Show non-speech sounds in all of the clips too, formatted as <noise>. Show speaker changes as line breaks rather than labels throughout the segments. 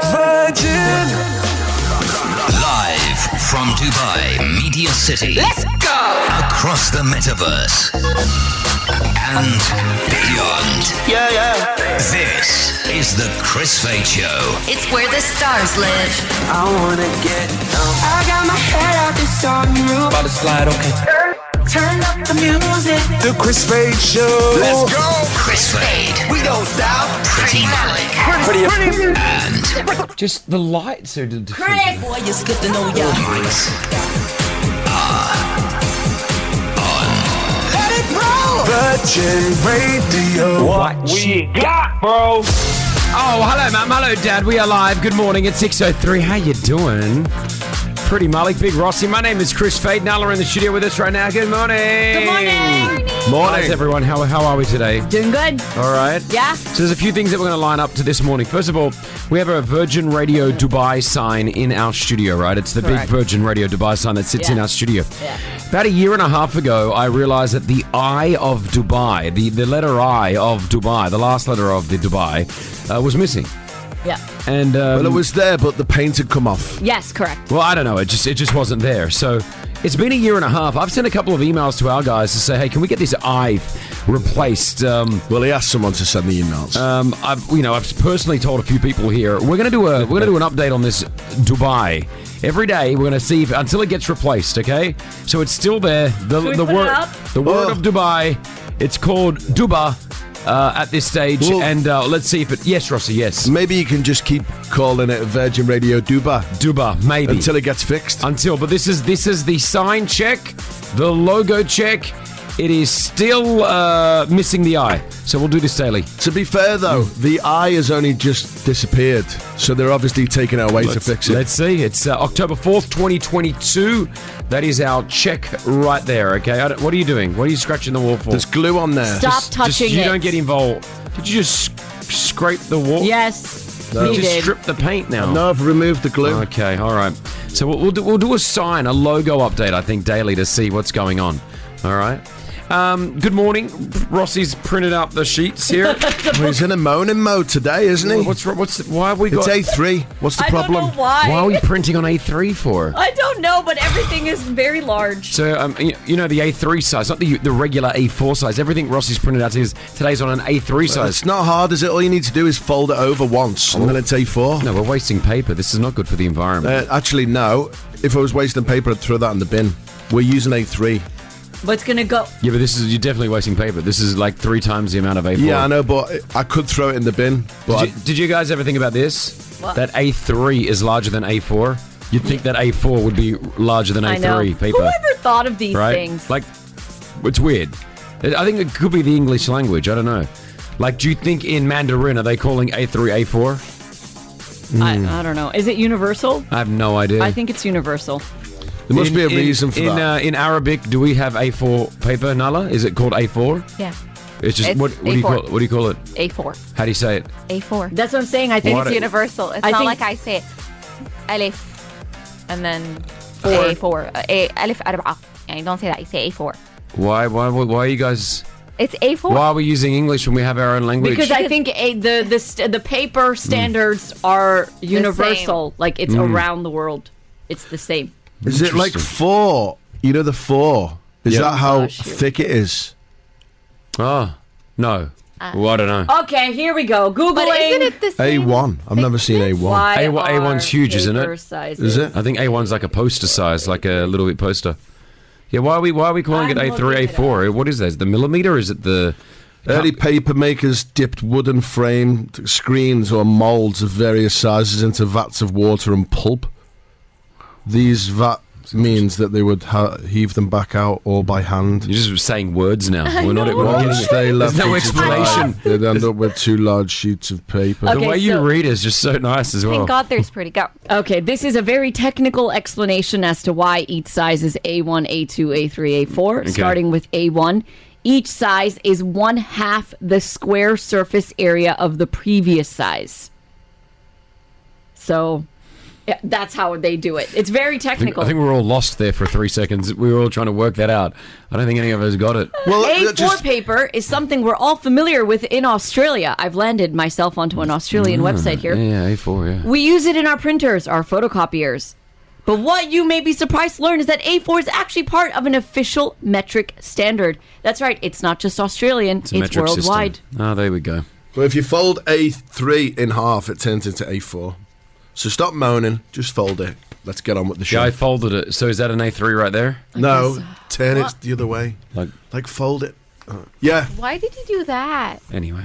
Virgin.
Live from Dubai, Media City.
Let's go!
Across the metaverse. And beyond.
Yeah, yeah.
This is the Chris Fade Show.
It's where the stars live.
I wanna get down.
I got my head out the sunroof.
About to slide, okay.
Turn up the music.
The Chris Fade Show.
Let's go.
Chris Fade,
We don't stop.
Pretty Malik,
Pretty.
and
Just the lights are.
Boy, it's good to know ya.
Mike's
Virgin Radio.
What we got, bro? Oh, hello, mum. Hello, dad. We are live. Good morning. It's 6.03. How you doing? Pretty Malik, Big Rossi. My name is Chris Fade. Nala in the studio with us right now. Good morning. Good morning. Morning. How's everyone? How, how are we today?
Doing good.
All right.
Yeah.
So there's a few things that we're going to line up to this morning. First of all, we have a Virgin Radio Dubai sign in our studio, right? It's the
Correct.
big Virgin Radio Dubai sign that sits in
Yeah.
our studio.
Yeah.
About a year and a half ago, I realized that the I of Dubai, the, the letter I of Dubai, the last letter of the Dubai, uh, was missing.
Yeah.
And um,
Well, it was there, but the paint had come off.
Yes, correct.
well, I don't know. It just it just wasn't there. So it's been a year and a half. I've sent a couple of emails to our guys to say, hey, can we get this I replaced? Um,
Well, he asked someone to send the emails. Uh,
Um, I've you know I've personally told a few people here we're gonna do a we're gonna do an update on this Dubai every day we're gonna see if, until it gets replaced. Okay, so it's still there. The
we
the
put it
word
up?
the word
Oh.
of Dubai. It's called Duba. Uh, at this stage,
Well-
and uh, let's see if it. Yes, Rossi. Yes,
Maybe you can just keep calling it Virgin Radio Dubai
Duba. Maybe
until it gets fixed. Uh,
until but this is this is the sign check the logo check it is still uh, missing the eye so we'll do this daily
to be fair, though, the eye has only just disappeared, so they're obviously taking it away to fix it.
let's see it's uh, october 4th 2022 that is our check right there okay I don't- what are you doing what are you scratching the wall for
There's glue on there.
Stop
Just-
touching
just, you
it.
don't get involved did you just sc- scrape the wall
Yes.
you
needed.
just strip the paint now
No, I've removed the glue.
okay all right so we'll, we'll, do, we'll do a sign a logo update i think daily to see what's going on all right um, good morning rossi's printed out the
<laughs>
sheets here
Well, he's in a moaning mode today, isn't he?
What's wrong? What's why have we got?
it's A3. What's the
I
problem?
don't know why.
why are we printing on A3 for?
<laughs> I don't know, but everything is very large.
So um, you you know the A3 size, not the the regular A4 size. Everything Rossi's printed out is today's on an A3
So
size.
it's not hard, is it? All you need to do is fold it over once, and then it's A4.
No, we're wasting paper. This is not good for the environment.
Uh, actually, no. If I was wasting paper, I'd throw that in the bin. We're using A3.
But it's gonna go.
yeah, but this is you're definitely wasting paper. This is like three times the amount of A4.
Yeah, I know, but I could throw it in the bin. But
Did you, did you guys ever think about this?
What?
That A3 is larger than A4. You'd think that A4 would be larger than
I know.
A3 paper,
Whoever thought of these
right?
things?
Like, it's weird. It- I think it could be the English language. I don't know. Like, do you think in Mandarin are they calling A3 A4? mm.
I, I don't know. Is it universal?
I have no idea.
I think it's universal.
there must
In-
be a
in-
reason for
in,
that.
Uh, in Arabic, do we have A4 paper, Nala? Is it called A4?
Yeah,
It's just
It's
what, what do you
A4.
call it? What do you call it?
A4.
How do you say it?
A4.
That's what I'm saying. I think
What
It's
a-
it's
universal. It's
I
not
think-
like I say Alif and then A4. A, Alif أربعة. يعني don't say that. You say A4.
Why? Why? Why are you guys?
It's A4.
Why are we using English when we have our own language?
because I think a, the the st- the
Mm.
paper standards are universal. Like it's around the world. It's the same.
Is it like
Interesting.
four? You know the four. Is
Yeah.
that how
Oh, shoot.
thick it is?
oh no.
Ah.
well, I don't know.
Oh.
Okay, here we go. Googling.
But isn't it the same?
A1. I've never seen A1.
Why
A- A1's
are
huge, isn't it?
paper sizes?
Is it?
I think A1's like a poster size, like a little bit poster. Yeah. Why are we? Why are we calling
I'm
it
looking
A3
it
A4? What is that? The millimeter? Is it the?
Early paper makers dipped wooden framed screens or molds of various sizes into vats of water and pulp. These vat means that they would ha- heave them back out all by hand.
You're just saying
<laughs>
words now. We're not. We're not
Once
getting,
they left
no
it to dry,
explanation.
they'd end up with two large sheets of paper.
the
Okay,
way you
so-
read is just so nice as well.
Thank God there's pretty. Go.
Okay, this is a very technical explanation as to why each size is A1, A2, A3, A4. Starting with A1, each size is one half the square surface area of the previous size. So Yeah, that's how they do it. It's very
I think,
technical.
I think we were all lost there for three seconds. We were all trying to work that out. I don't think any of us got it.
Well,
A4
that just-
paper is something we're all familiar with in Australia. I've landed myself onto an Australian website here.
Ah, Yeah, yeah, A4, yeah.
We use it in our printers, our photocopiers. But what you may be surprised to learn is that A4 is actually part of an official metric standard. That's right, it's not just Australian, it's,
metric system.
worldwide.
Oh, there we go.
Well, if you fold A3 in half, it turns into A4. So stop moaning, just fold it. Let's get on with the
Yeah,
show.
I folded it. So is that an A3 right there?
no, turn it the other way.
Like,
Like fold it. Uh, yeah.
Why did you do that?
anyway.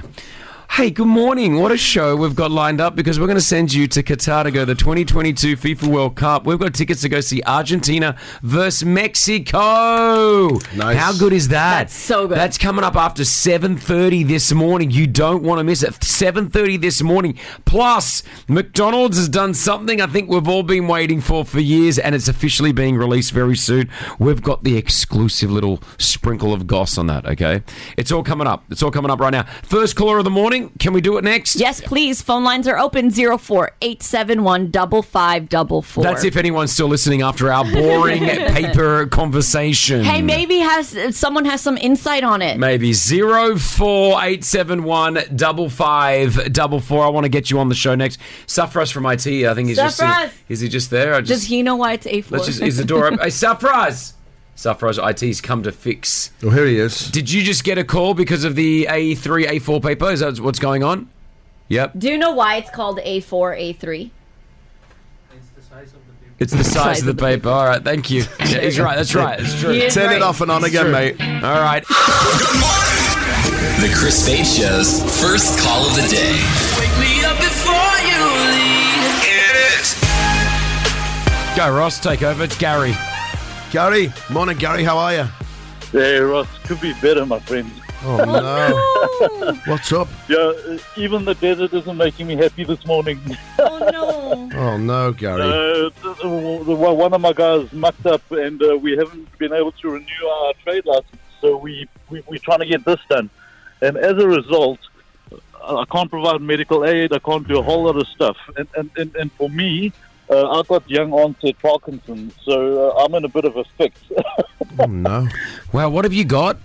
Hey, good morning. What a show we've got lined up because we're going to send you to Qatar to go to the 2022 FIFA World Cup. We've got tickets to go see Argentina versus Mexico.
Nice.
How good is that?
That's so good.
That's coming up after 7:30 this morning. You don't want to miss it. 7:30 this morning. Plus, McDonald's has done something I think we've all been waiting for for years and it's officially being released very soon. We've got the exclusive little sprinkle of goss on that, okay? It's all coming up. It's all coming up right now. First caller of the morning. Can we do it next?
Yes, please. Phone lines are open 04871 5544.
That's if anyone's still listening after our boring paper conversation.
Hey, maybe has someone has some insight on it.
Maybe zero four eight seven one double five double four. I want to get you on the show next. Safras from IT. I think he's just
Safras!
is he just there? I
Does
just,
he know why it's A4?
let's just is the door open? Hey, Safras, Safras IT's come to fix.
Oh, here he is.
Did you just get a call because of the A three A four paper? Is that what's going on? Yep,
Do you know why it's called A4, A3?
it's the size, of the, paper. All right, thank <laughs> you. Yeah, he's right. That's right. It's true.
Yeah.
Turn it off and on again, mate.
All right.
The Chris Fade Show's first call of the day.
Go, Ross. Take over. It's Gary.
Gary, morning, Gary. How are you?
Hey, Ross, could be better, my friend.
Oh no. What's up?
Yeah, uh, even the desert isn't making me happy this morning.
Oh, no.
Oh no, Gary.
Uh, the- the- the- one of my guys mucked up, and uh, we haven't been able to renew our trade license, so we, we, we're trying to get this done. And as a result, I I can't provide medical aid, I can't do a whole lot of stuff. And, and, and, and for me, uh, I've got young onset Parkinson's, so uh, I'm in a bit of a fix. <laughs>
Oh no.
Wow, what have you got?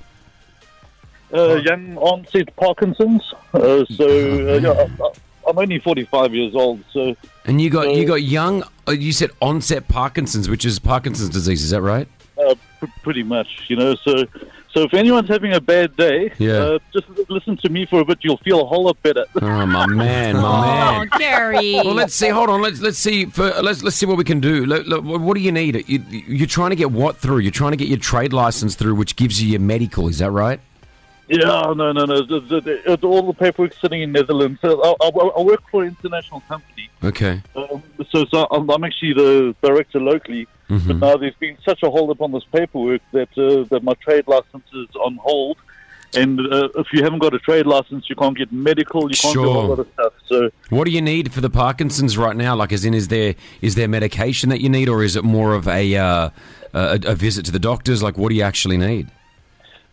Uh, young onset Parkinson's. Uh, so uh, yeah, I- I- I'm only 45 years old. So
And you got you got young. uh, You said onset Parkinson's, which is Parkinson's disease. Is that right?
uh, pr- pretty much, you know. So so if anyone's having a bad day,
Yeah.
uh, just listen to me for a bit. You'll feel a whole lot better. <laughs>
Oh my man, my
<laughs> Oh,
man.
Gary.
Well, let's see. Hold on. Let's let's see. For, let's let's see what we can do. Look, look, what do you need? You, you're trying to get what through? You're trying to get your trade license through, which gives you your medical. Is that right?
Yeah, no, no, no. The, the, the, all the paperwork sitting in Netherlands. So I, I, I work for an international company.
Okay.
Um, so, so I'm, I'm actually the director locally.
Mm-hmm.
But now there's been such a hold up on this paperwork that uh, that my trade license is on hold. And uh, if you haven't got a trade license, you can't get medical. You can't do a
Sure.
whole lot of stuff. So
What do you need for the Parkinson's right now? Like, as in, is there is there medication that you need, or is it more of a uh, a, a visit to the doctors? Like, what do you actually need?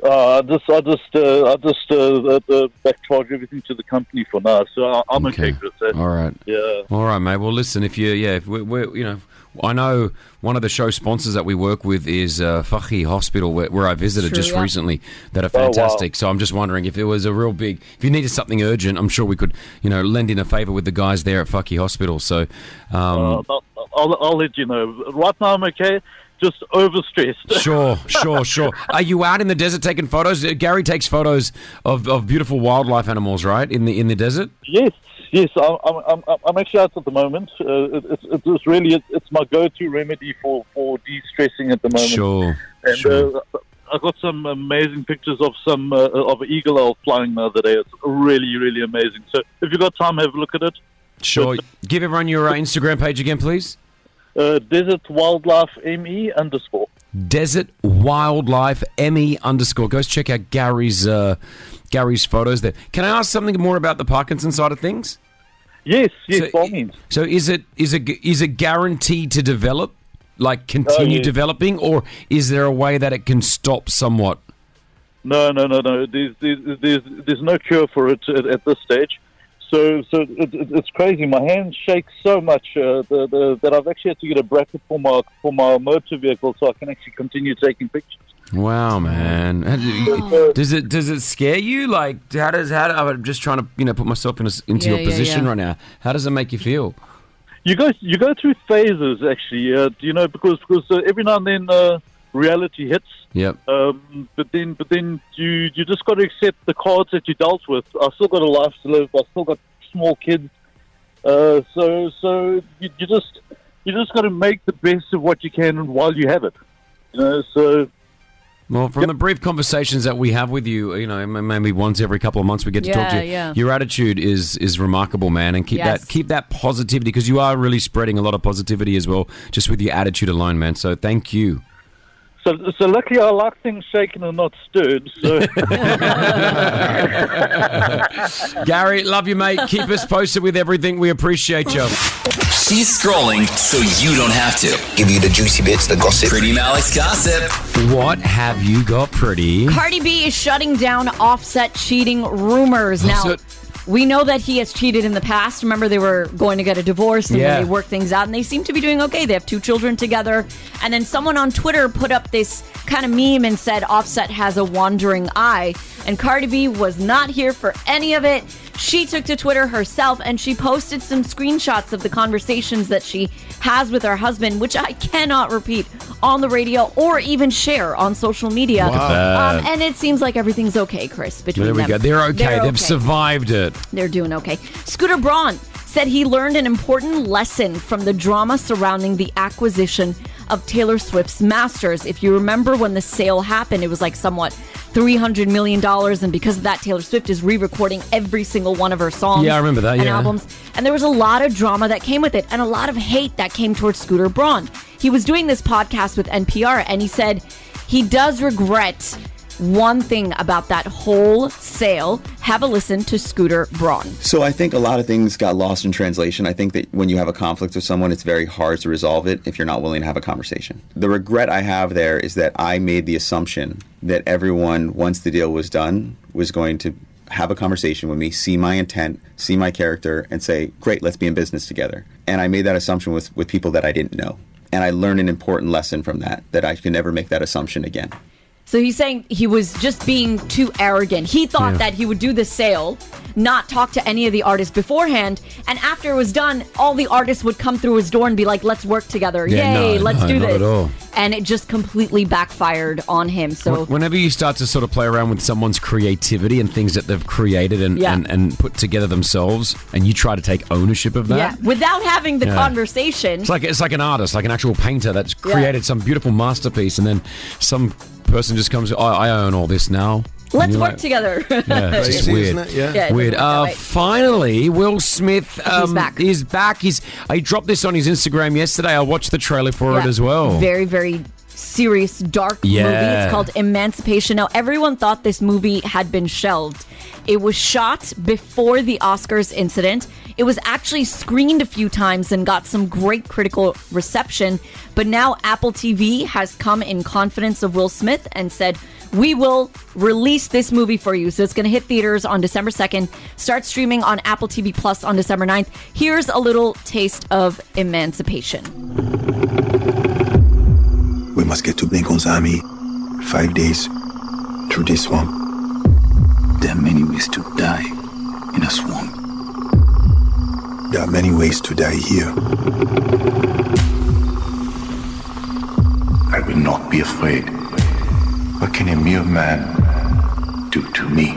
uh, I just I just uh, I just uh, uh, uh, back charge everything to the company for now. So I, I'm okay, with that.
All right.
Yeah.
All right, mate. Well, listen, if you, yeah, if we're, we're, you know, I know one of the show sponsors that we work with is uh, Fakhi Hospital, where, where I visited
True,
just
yeah.
recently, that are
Oh, wow.
fantastic. So I'm just wondering if it was a real big, if you needed something urgent, I'm sure we could, you know, lend in a favor with the guys there at Fakhi Hospital. So, um,
<laughs> Uh, I'll, I'll, I'll let you know. Right now I'm okay. Just overstressed.
sure, sure, sure. Are you out in the desert taking photos? Uh, Gary takes photos of, of beautiful wildlife animals, right? In the in the desert.
Yes, yes. I'm, I'm, I'm, I'm actually out at the moment. Uh, it, it's it's it's really it's, it's my go-to remedy for for de-stressing at the moment.
Sure,
Um, And
sure.
uh, I got some amazing pictures of some uh, of an eagle owl flying the other day. It's really really amazing. So if you got time, have a look at it.
sure. Give everyone your uh, Instagram page again, please.
Uh, Desert Wildlife ME underscore.
Desert Wildlife ME underscore. Go check out Gary's uh, Gary's photos there. Can I ask something more about the Parkinson side of things?
Yes, yes,
So-
by all means.
So is it is it is it guaranteed to develop, like continue
yeah.
developing, or is there a way that it can stop somewhat?
No, no, no, no. There's, there's, there's, there's no cure for it at, at this stage. So, so it, it, it's crazy. My hand shakes so much uh, the, the, that I've actually had to get a bracket for my for my motor vehicle so I can actually continue taking pictures.
Wow, man. How do- Does it does it scare you? Like, how does how? do- I'm just trying to you know put myself in a, s- into
Yeah,
your
yeah,
position
yeah.
right now. How does it make you feel?
You go you go through phases actually. Uh, you know because because uh, every now and then uh, reality hits.
Yep.
Um, but then but then you you just got to accept the cards that you dealt with. I've still got a life to live. I've still got small kids. Uh, so so you, you just you just got to make the best of what you can while you have it. You know so.
Well, from the brief conversations that we have with you, you know, m- maybe once every couple of months we get to talk
Yeah,
to you.
yeah.
Your attitude is is remarkable, man, and keep
Yes.
that keep that positivity because you are really spreading a lot of positivity as well, just with your attitude alone, man. So thank you.
So, so luckily, I like things shaken and not stirred. So,
Gary, love you, mate. Keep us posted with everything. We appreciate you.
She's scrolling so you don't have to. Give you the juicy bits, the gossip. Pretty Malik's gossip.
What have you got, pretty?
Cardi B is shutting down offset cheating rumors. Now,
Offset.
we know that he has cheated in the past. Remember, they were going to get a divorce and
Yeah.
then they worked things out, and they seem to be doing okay. They have two children together. And then someone on Twitter put up this kind of meme and said, Offset has a wandering eye. And Cardi B was not here for any of it. She took to Twitter herself and she posted some screenshots of the conversations that she has with her husband, which I cannot repeat on the radio or even share on social media.
Look at that.
Um, and it seems like everything's okay, Chris, between
There we
them.
go. They're okay. They've survived it.
They're doing okay. Scooter Braun said he learned an important lesson from the drama surrounding the acquisition of Taylor Swift's masters. If you remember when the sale happened, it was like somewhat $300 million. And because of that, Taylor Swift is re recording every single one of her songs
Yeah, I remember that,
and
yeah.
albums. And there was a lot of drama that came with it and a lot of hate that came towards Scooter Braun. He was doing this podcast with NPR and he said he does regret one thing about that whole sale. Have a listen to Scooter Braun.
So I think a lot of things got lost in translation. I think that when you have a conflict with someone, it's very hard to resolve it if you're not willing to have a conversation. <laughs> The regret I have there is that I made the assumption that everyone, once the deal was done, was going to have a conversation with me, see my intent, see my character, and say, "Great, let's be in business together." And I made that assumption with with people that I didn't know. And I learned an important lesson from that that I can never make that assumption again.
So he's saying he was just being too arrogant. He thought
Yeah.
that he would do the sale, not talk to any of the artists beforehand, and after it was done, all the artists would come through his door and be like, "Let's work together,
Yeah,
yay,
no,
let's
no,
do
not
this."
at all.
And it just completely backfired on him. So
Wh- Whenever you start to sort of play around with someone's creativity and things that they've created and,
Yeah.
and, and put together themselves, and you try to take ownership of that,
yeah, without having the
Yeah.
conversation,
it's like it's like an artist, like an actual painter that's
Yeah.
created some beautiful masterpiece, and then some person just comes, "I, I own all this now." And
let's
you're
work
like-
together. <laughs>
Yeah, it's just weird.
Yeah, it
weird.
doesn't work
Uh,
that way.
Finally, Will Smith um,
He's back.
is back. He's I dropped this on his Instagram yesterday. I watched the trailer for it
Yeah.
as well.
Very, very serious, dark movie.
Yeah.
It's called Emancipation. Now, everyone thought this movie had been shelved. It was shot before the Oscars incident. It was actually screened a few times and got some great critical reception. But now Apple TV has come in confidence of Will Smith and said, we will release this movie for you. So it's going to hit theaters on December 2nd, start streaming on Apple TV Plus on December 9th. Here's a little taste of Emancipation.
We must get to Lincoln's army. Five days through this swamp. There are many ways to die in a swamp. There are many ways to die here. I will not be afraid. What can a mere man do to me?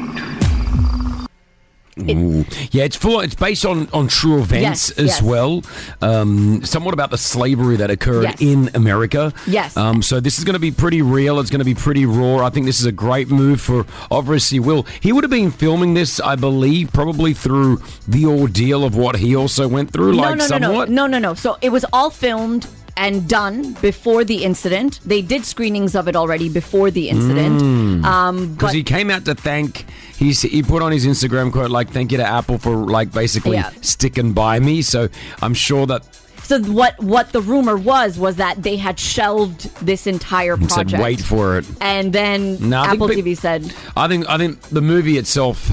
Ooh. Yeah, it's full. It's based on, on true events
Yes,
as
yes.
well. Um, somewhat about the slavery that occurred
Yes.
in America.
Yes.
Um, so this is going to be pretty real. It's going to be pretty raw. I think this is a great move for obviously Will. He would have been filming this, I believe, probably through the ordeal of what he also went through, like
no, no,
somewhat.
No, no, no, no. So it was all filmed and done before the incident. They did screenings of it already before the incident. Um,
because
but
Mm. he came out to thank he's, he put on his instagram quote like thank you to apple for like basically
Yeah.
sticking by me so i'm sure that
so what? What the rumor was was that they had shelved this entire
he
project.
said wait for it
And then
No, I think
Apple
pe-
TV said,
I think I think the movie itself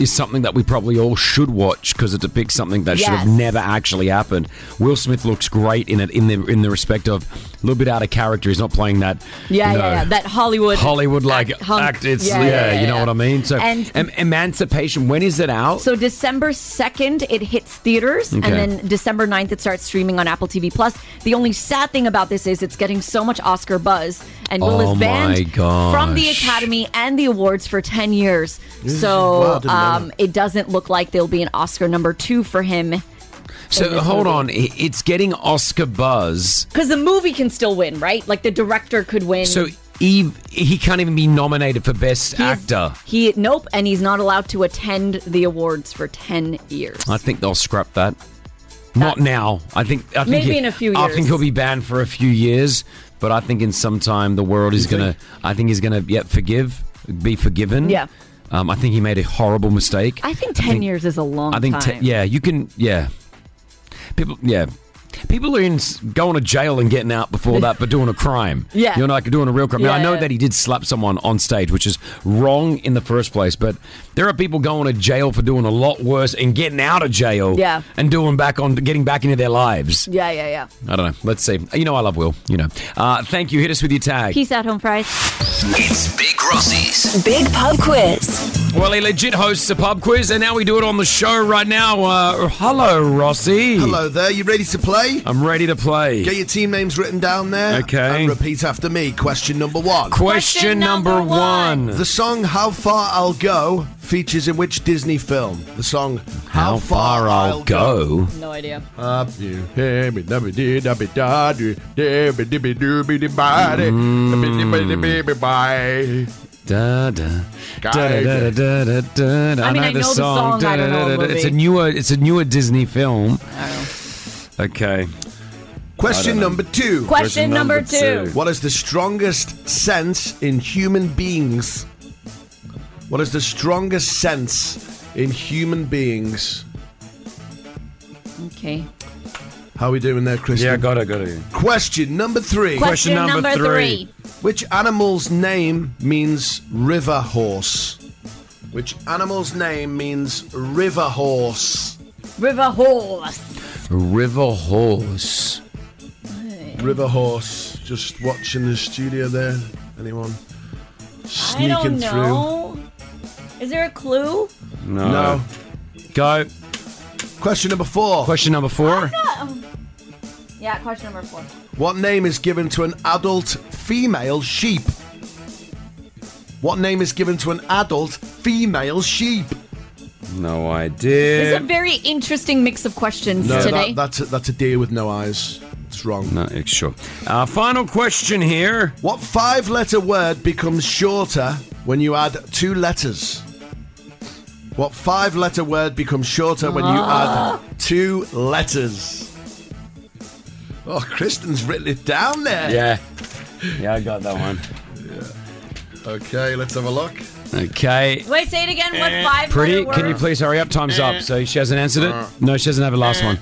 is something that we probably all should watch because it depicts something that should have
Yes.
never actually happened. Will Smith looks great in it in the in the respect of a little bit out of character. He's not playing that.
Yeah,
you know,
yeah, yeah. That Hollywood.
Hollywood like act,
hunk.
it's
Yeah,
yeah,
yeah, yeah,
you know
yeah.
what I mean. So
And-
em- Emancipation. When is it out?
So December 2nd, it hits theaters,
Okay.
and then December 9th, it starts streaming on Apple TV Plus. The only sad thing about this is it's getting so much Oscar buzz, and Will
Oh
is
my
banned
gosh.
from the Academy and the awards for 10 years.
This is
So
wild, didn't know
um, it doesn't look like there'll be an Oscar number two for him.
So hold on, I- it's getting Oscar buzz.
Because the movie can still win, right? Like the director could win.
So Eve, he can't even be nominated for best actor.
he nope, and he's not allowed to attend the awards for ten years.
I think they'll scrap that. Not now. I think. I think
Maybe
he-
in a few
I
years.
think he'll be banned for a few years, but I think in some time the world is gonna. I think he's gonna. Yeah, forgive, be forgiven.
Yeah.
Um, I think he made a horrible mistake.
I think ten years is a long.
I think.
time.
te- yeah, you can. Yeah. People. Yeah. People are in s- going to jail and getting out before that for doing a crime.
<laughs> Yeah.
you know, like doing a real crime. now I
Yeah,
know
yeah.
that he did slap someone on stage, which is wrong in the first place. But there are people going to jail for doing a lot worse and getting out of jail.
Yeah.
and doing back on getting back into their lives.
Yeah, yeah, yeah.
I don't know. Let's see. You know, I love Will. You know. Uh, thank you. Hit us with your tag.
Peace out, home fries.
It's Big Rossies.
Big pub quiz.
Well, he legit hosts a pub quiz, and now we do it on the show right now. Uh, hello, Rossi.
Hello there. You ready to play?
I'm ready to play.
Get your team names written down there.
Uh, Okay.
And repeat after me. Question number one.
Question number one.
The song How Far I'll Go features in which Disney film? The song How, Far, I'll Go.
No idea.
Up you. It's
Da, da, da, da, da, da, da, da, da.
I mean, I know the song, I don't know the
It's a
movie. Oh.
newer, it's a newer Disney film. Okay. I
Question
don't know.
number two.
Question number two.
What is the strongest sense in human beings? What is the strongest sense in human beings?
Okay.
How are we doing there, Christian?
Yeah, got it, got it.
Question number three.
Question Question number number three.
Which animal's name means river horse? Which animal's name means river horse?
River horse.
River horse.
River horse. Just watching the studio there. Anyone sneaking
I don't
through?
know. Is there a clue?
No.
No.
Go.
Question number four.
Question number four.
Yeah, question number four.
What name is given to an adult female sheep? What name is given to an adult female sheep?
No
This
idea.
is a very interesting mix of questions
No,
today.
that, that's a, that's a deer with no eyes. It's wrong.
No, it's sure. Uh, final question here.
What five-letter word becomes shorter when you add two letters? What five-letter word becomes shorter when you
Ah.
add two letters? Oh, Kristen's written it down there.
Yeah. Yeah, I got that <laughs> one.
Okay, let's have a look.
Okay.
Wait, say it again. What five?
Eh, Pretty,
letter
can you
word?
please hurry up? Time's
Eh.
up. So she hasn't answered it?
Uh-huh.
No, she doesn't have a last one.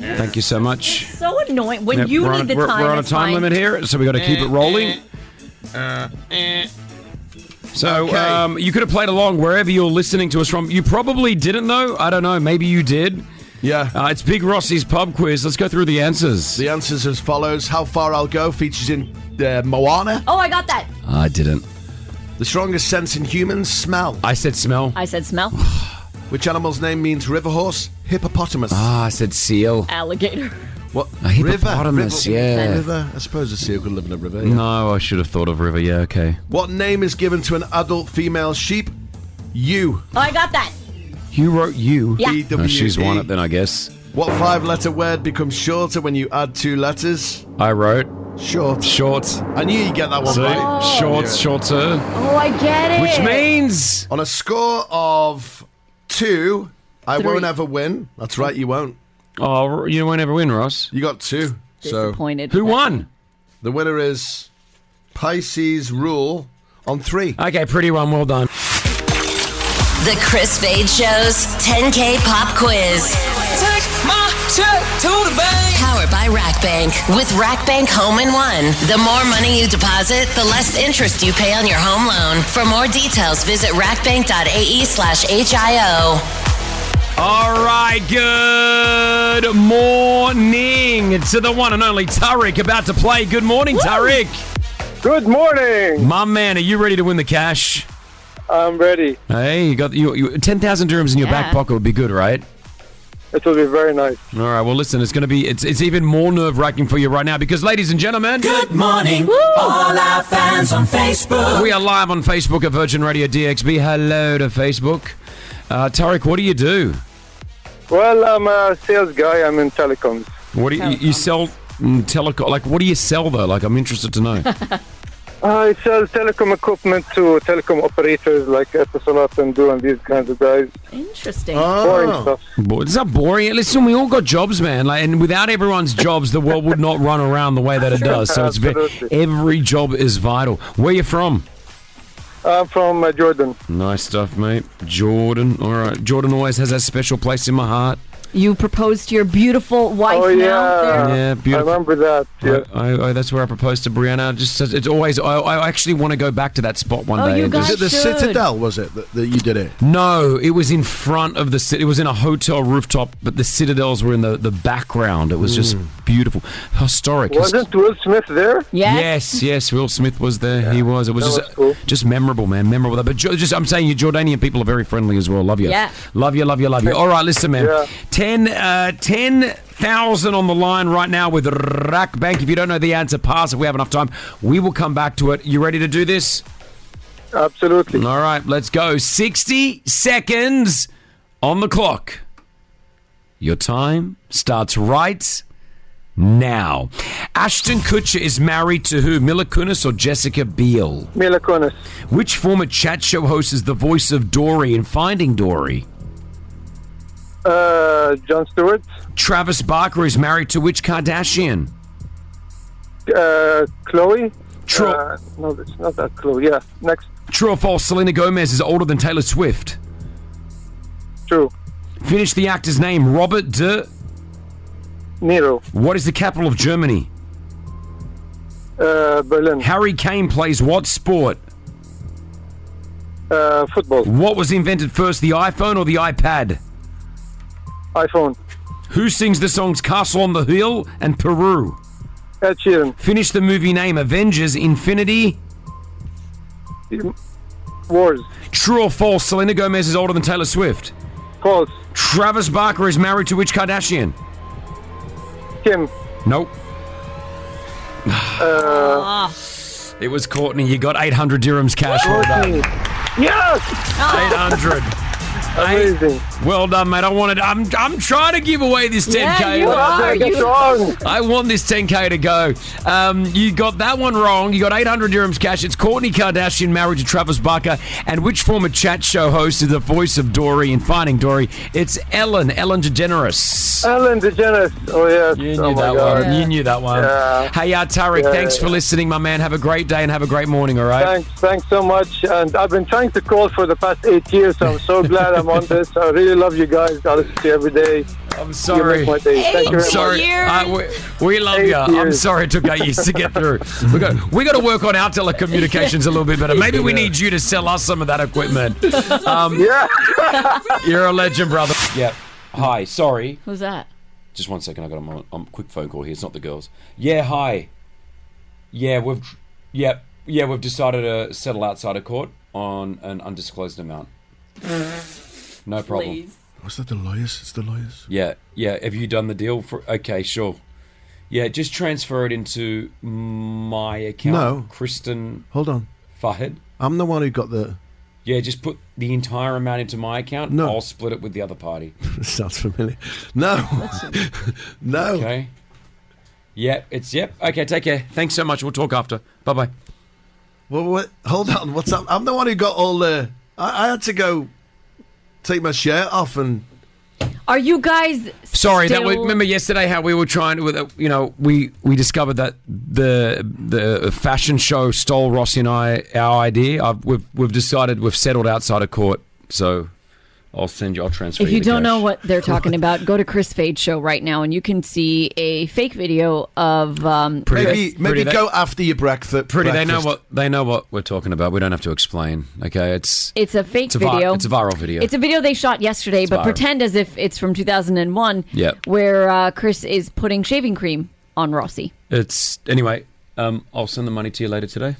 Thank you so much.
So annoying. When
Yep,
you
we're on,
need the
we're,
time,
we're on a
it's
time
fine. Eh, uh,
limit here, so we got to keep it rolling. So um, you could have played along wherever you're listening to us from. You probably didn't know. I don't know. Maybe you did.
Yeah.
Uh, it's Big Rossi's pub quiz. Let's go through the answers.
The answers as follows: How far I'll go features in uh, Moana.
Oh, I got that.
I didn't.
The strongest sense in humans: smell.
I said smell.
I said smell.
Which animal's name means river horse? Hippopotamus.
Ah, I said seal.
Alligator.
What?
A hippopotamus,
river,
yeah.
River. I suppose a seal could live in a river. yeah.
No, I should have thought of river. Yeah, okay.
What name is given to an adult female sheep? You.
Oh, I got that.
You wrote you.
Yeah.
Oh, she's won it
EWE.
then, I guess.
E What five-letter word becomes shorter when you add two letters?
I wrote
short.
Short.
I knew you'd get that one
See?
right.
Shorts, shorter.
Oh, I get it.
Oh. Which means
on a score of two, I
Three.
won't ever win. That's right, you won't.
Oh, you won't ever win, Ross.
You got two.
Disappointed.
So
who won?
The winner is Pisces Rule on three.
Okay, pretty one. Well done.
The Chris Fade Show's 10K Pop Quiz. Take my check to the bank. Powered
by RackBank. With RackBank Home in One, the more money you deposit, the less interest you pay on your home loan. For more details, visit rackbank.ae E slash HIO.
All right, good morning to the one and only Tariq about to play. Good morning, Tariq.
Good morning.
My man, are you ready to win the cash?
I'm ready.
Hey, you got you, you, 10,000 dirhams in your
Yeah.
back pocket would be good, right?
It will be very nice.
All right, well, listen, it's going to be, it's, it's even more nerve wracking for you right now because, ladies and gentlemen, good
morning, all our fans on Facebook.
We are live on Facebook at Virgin Radio DXB. Hello to Facebook. Uh, Tariq, what do you do?
Well, I'm a sales guy. I'm in telecoms.
What do you, you sell mm, telecom? Like, what do you sell though? Like, I'm interested to know.
I sell telecom equipment to telecom operators like Etisalat and Do and these kinds of guys.
Interesting.
Boring stuff.
Bo- It's not boring. Listen, we all got jobs, man. Like, and without everyone's jobs, the world would not run around the way that it does. So it's ve-
Absolutely.
every job is vital. Where you from?
I'm from uh, Jordan.
Nice stuff, mate. Jordan. All right. Jordan always has that special place in my heart.
You proposed to your beautiful wife
Oh,
now.
yeah.
Yeah, beautiful.
I remember that. Yeah.
I, I, I- that's where I proposed to Brianna. Just as- it's always. I, I actually want to go back to that spot one day.
Is it the
Just-
Citadel? Was it that, that you did it?
No, it was in front of the city. It was in a hotel rooftop, but the citadels were in the, the background. It was just
Mm.
beautiful, historic.
Wasn't Will Smith there?
Yes, yes. Will Smith was there. He was. It was
That
just
was
just memorable, man. Memorable. But Jo- just I'm saying, you Jordanian people are very friendly as well. Love you.
Yeah.
Love you. Love you. Love you. All right, listen, man.
Yeah.
Ten, uh, ten thousand on the line right now with Rack Bank. If you don't know the answer, pass. If we have enough time, we will come back to it. You ready to do this?
Absolutely.
All right, let's go. Sixty seconds on the clock. Your time starts right now. Ashton Kutcher is married to who? Mila Kunis or Jessica Biel?
Mila Kunis.
Which former chat show host is the voice of Dory in Finding Dory?
Uh, John Stewart.
Travis Barker is married to which Kardashian?
Uh, Chloe.
True.
Uh, no, it's not that Chloe. Yeah. Next.
True or false, Selena Gomez is older than Taylor Swift?
True.
Finish the actor's name, Robert De
Nero.
What is the capital of Germany?
Uh, Berlin.
Harry Kane plays what sport?
Uh, football.
What was invented first, the iPhone or the iPad?
iPhone.
Who sings the songs Castle on the Hill and Peru?
Ed Sheeran.
Finish the movie name Avengers Infinity
Wars.
True or false, Selena Gomez is older than Taylor Swift?
False.
Travis Barker is married to which Kardashian?
Kim.
Nope. <sighs>
Uh,
It was Courtney. You got 800 dirhams cash. Well
<laughs>
done.
Yes.
800.
Amazing.
Well done, mate. I wanted. I'm. I'm trying to give away this 10k.
Yeah, you are. That's You- wrong.
I want this 10k to go. Um, you got that one wrong. You got 800 dirhams cash. It's Courtney Kardashian married to Travis Barker, and which former chat show host is the voice of Dory in Finding Dory? It's Ellen. Ellen DeGeneres.
Ellen DeGeneres. Oh yes. You
knew that one. You knew that one. Hey, uh, Tariq,
Yeah.
thanks for listening, my man. Have a great day and have a great morning, all right?
Thanks, thanks so much. And I've been trying to call for the past eight years. So I'm
<laughs>
so glad I'm on this. I really love you guys. I listen to you every day.
I'm
You
sorry.
make my day. Thank you
I'm
very
sorry.
much.
Uh, we, we love
Eight
you. I'm
years.
sorry it took eight years to get through. We got we got to work on our telecommunications a little bit better. Maybe we
Yeah.
need you to sell us some of that equipment. Um, <laughs> you're a legend, brother. Yeah. Hi. Sorry.
Who's that?
Just one second. I got a mo- um, quick phone call here. It's not the girls. Yeah. Hi. Yeah. We've. Yeah. Yeah. We've decided to settle outside of court on an undisclosed amount. No problem.
Was that the lawyers? It's the lawyers.
Yeah, yeah. Have you done the deal for? Okay, sure. Yeah, just transfer it into my account.
No.
Kristen
Hold on.
Fahid.
I'm the one who got the. <laughs>
Yeah, just put the entire amount into my account.
No.
I'll split it with the other party.
Sounds familiar. No. <laughs> no.
Okay. Yep, it's yep. Okay, take care. Thanks so much. We'll talk after. Bye bye.
Well, what, hold on. What's up? I'm the one who got all the. I, I had to go take my shirt off and.
Are you guys
Sorry, that
still...
we, remember yesterday how we were trying to, with, uh, you know, we we discovered that the the fashion show stole Rossi and I our idea. I've, we've we've decided we've settled outside of court, so <laughs> I'll send you. I'll transfer.
If you
the
don't
cash.
know what
<laughs>
they're talking about, go to Chris Fade's show right now, and you can see a fake video of um, Chris.
Maybe, maybe
Pretty,
go
they-
after your breakfast.
Pretty, they know
breakfast.
what they know what we're talking about. We don't have to explain. Okay, it's
It's a fake
a vi-
video.
it's a viral video.
It's a video they shot yesterday, but
viral.
pretend as if it's from 2001,
Yep.
where uh, Chris is putting shaving cream on Rossi.
It's anyway. Um, I'll send the money to you later today,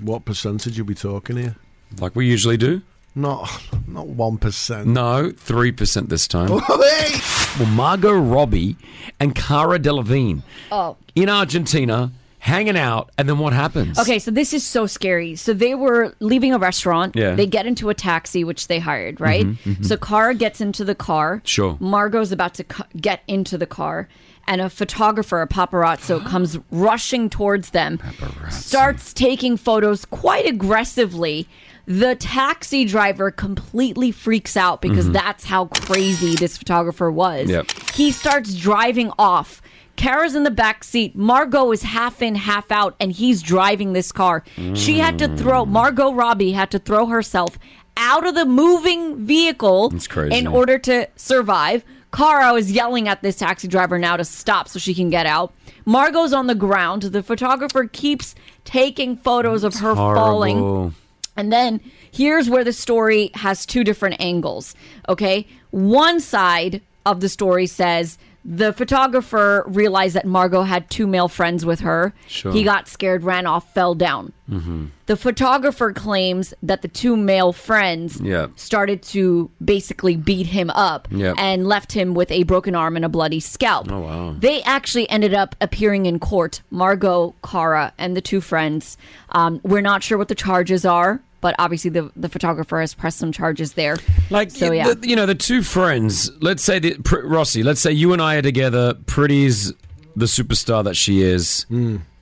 What percentage are we talking here?
like we usually do.
Not, not one percent.
No, three percent this
<laughs>
time. well, Margot Robbie and Cara Delevingne
Oh.
in Argentina hanging out, and then what happens?
Okay, so this is so scary. So they were leaving a restaurant.
Yeah.
They get into a taxi, which they hired, right?
Mhm, mhm.
So Cara gets into the car.
Sure.
Margot's about to cu- get into the car, and a photographer, a
<gasps>
paparazzo, comes rushing towards them, starts taking photos quite aggressively. The taxi driver completely freaks out because
Mm-hmm.
Mhm.
that's how crazy this photographer was.
Yep.
He starts driving off. Kara's in the back seat. Margot is half in, half out, and he's driving this car. She had to
Mm.
throw Margot Robbie had to throw herself out of the moving vehicle
crazy.
in order to survive. Kara is yelling at this taxi driver now to stop so she can get out. Margot's on the ground. The photographer keeps taking photos of her falling.
Horrible.
And then here's where the story has two different angles. Okay. One side of the story says the photographer realized that Margot had two male friends with her.
Sure.
He got scared, ran off, fell down.
Mm-hmm.
The photographer claims that the two male friends
Yeah.
started to basically beat him up
Yep.
and left him with a broken arm and a bloody scalp.
Oh, wow.
They actually ended up appearing in court. Margot, Cara, and the two friends. Um, we're not sure what the charges are, but obviously the the photographer has pressed some charges there.
Like
so,
y-
yeah.
the- you know, the two friends. Let's say the, pr- Rossi. Let's say you and I are together. Pretty's the superstar that she is.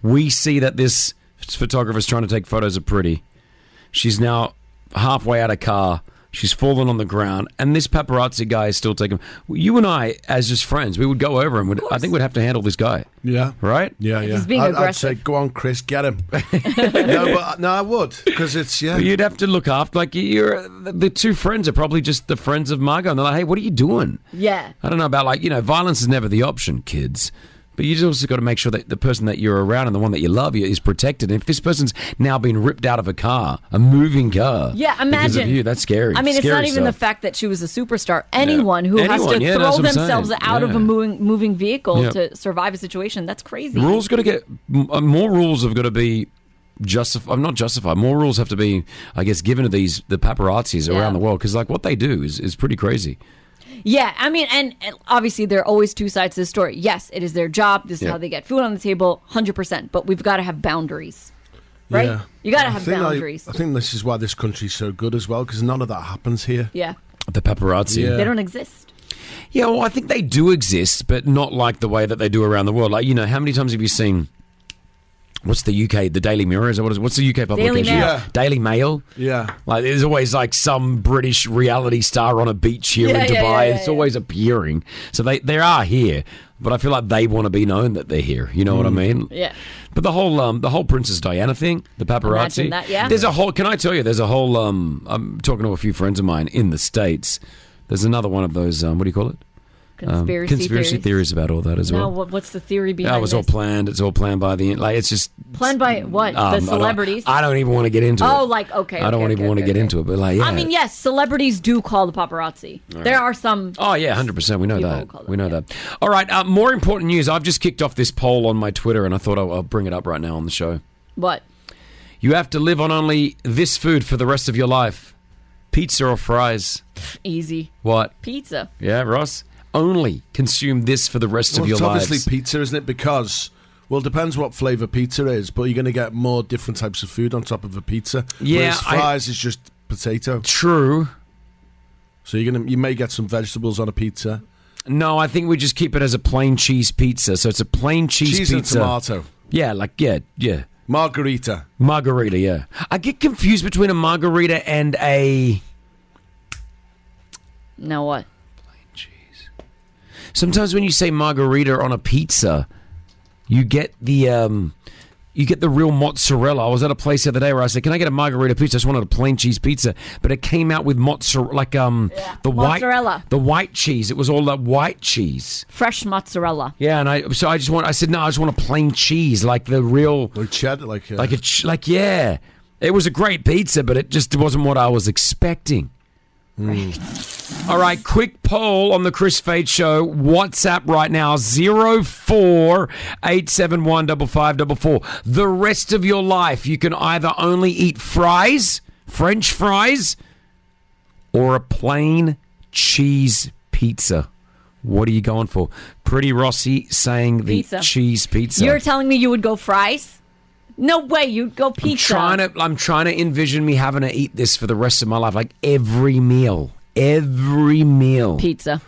We see that this photographer's trying to take photos of Pretty. She's now halfway out of car. She's fallen on the ground, and this paparazzi guy is still taking. You and I, as just friends, we would go over and would, I think we'd have to handle this guy,
Yeah.
right?
Yeah, yeah. I'd, I'd say, go on, Chris, get him. no, but no, I would because it's yeah.
But you'd have to look after like you're the the two friends are probably just the friends of Margot, and they're like, "Hey, what are you doing?"
Yeah.
I don't know about like you know, violence is never the option, kids. But you just also got to make sure that the person that you're around and the one that you love is protected. And if this person's now been ripped out of a car, a moving car,
Yeah,
because of
imagine.
you, that's scary.
I mean, it's
Scary
not even the
stuff.
fact that she was a superstar. Anyone who has
Anyone,
to
yeah, that's
throw
what I'm
themselves
saying.
out of
Yeah.
a moving moving vehicle
Yeah.
to survive a situation, that's crazy.
Rules got to get m- uh, more rules have got to be justified. I'm not justified. More rules have to be, I guess, given to these the paparazzis
Yeah.
around the world because like what they do is, is pretty crazy.
Yeah, I mean, and, and obviously there are always two sides to the story. Yes, it is their job. This is
Yeah.
how they get food on the table, hundred percent. But we've got to have boundaries, right?
Yeah.
You got to
I
have
think I-
boundaries.
I, think this is why this country's so good as well because none of that happens here.
yeah.
The paparazzi.
they don't exist.
Yeah, well, I think they do exist, but not like the way that they do around the world. Like, you know, how many times have you seen? What's the UK? The Daily Mirror? Is that what it is? What's the UK publication?
Daily Mail. Yeah.
Daily Mail.
Yeah.
Like, there's always like some British reality star on a beach here in
Yeah,
Dubai.
yeah, yeah, yeah,
it's always appearing. So they they are here, but I feel like they want to be known that they're here. You know
Hmm.
what I mean?
Yeah.
But the whole um, the whole Princess Diana thing, the paparazzi.
Imagine that, yeah.
There's a whole. Can I tell you? There's a whole. Um, I'm talking to a few friends of mine in the states. There's another one of those. Um, what do you call it? Um,
Conspiracy
conspiracy
theories.
theories. about all that as
Now,
well.
what, what's the theory behind
That was all
this?
planned. It's all planned by the like. It's just
Planned by what?
um, I
the
don't-
celebrities.
I don't, even want to get into it.
Oh, like, okay,
I don't
okay, okay,
want even want to
okay,
get into it. But like, yeah.
I mean, yes, celebrities do call the paparazzi.
All
There
right.
are some.
Oh yeah, hundred percent. We know that. we know that. All right. Uh, more important news. I've just kicked off this poll on my Twitter, and I thought I'll, I'll bring it up right now on the show.
What?
You have to live on only this food for the rest of your life: pizza or fries.
Easy.
What?
Pizza.
Yeah, Ross. Only consume this for the rest
Well,
of your
it's
lives.
obviously pizza, isn't it? Because well, depends what flavour pizza is, but you're going to get more different types of food on top of a pizza.
Yeah,
whereas
I-
fries is just potato.
True.
So you're gonna you may get some vegetables on a pizza.
No, I think we just keep it as a plain cheese pizza. So it's a plain cheese,
Cheese and
pizza.
tomato.
Yeah, like yeah, yeah.
Margarita.
Margarita, yeah. I get confused between a margarita and a
Now what?
Sometimes when you say margarita on a pizza, you get the um you get the real mozzarella. I was at a place the other day where I said, "Can I get a margarita pizza?" I just wanted a plain cheese pizza, but it came out with mozzarella, like um, the
Mozzarella.
white, the white cheese. It was all that white cheese.
Fresh mozzarella.
Yeah, and I so I just want. I said, "No, I just want a plain cheese, like the real,
like cheddar, like uh,
like a ch- like yeah." It was a great pizza, but it just wasn't what I was expecting. All right, quick poll on the Chris Fade Show WhatsApp right now zero four eight seven one double five double four. The rest of your life, you can either only eat fries, French fries, or a plain cheese pizza. What are you going for? Pretty Rossi saying the
Pizza.
cheese pizza.
You're telling me you would go fries? No way, you'd go
I'm
pizza.
trying to. I'm trying to envision me having to eat this for the rest of my life, like every meal, every meal.
Pizza.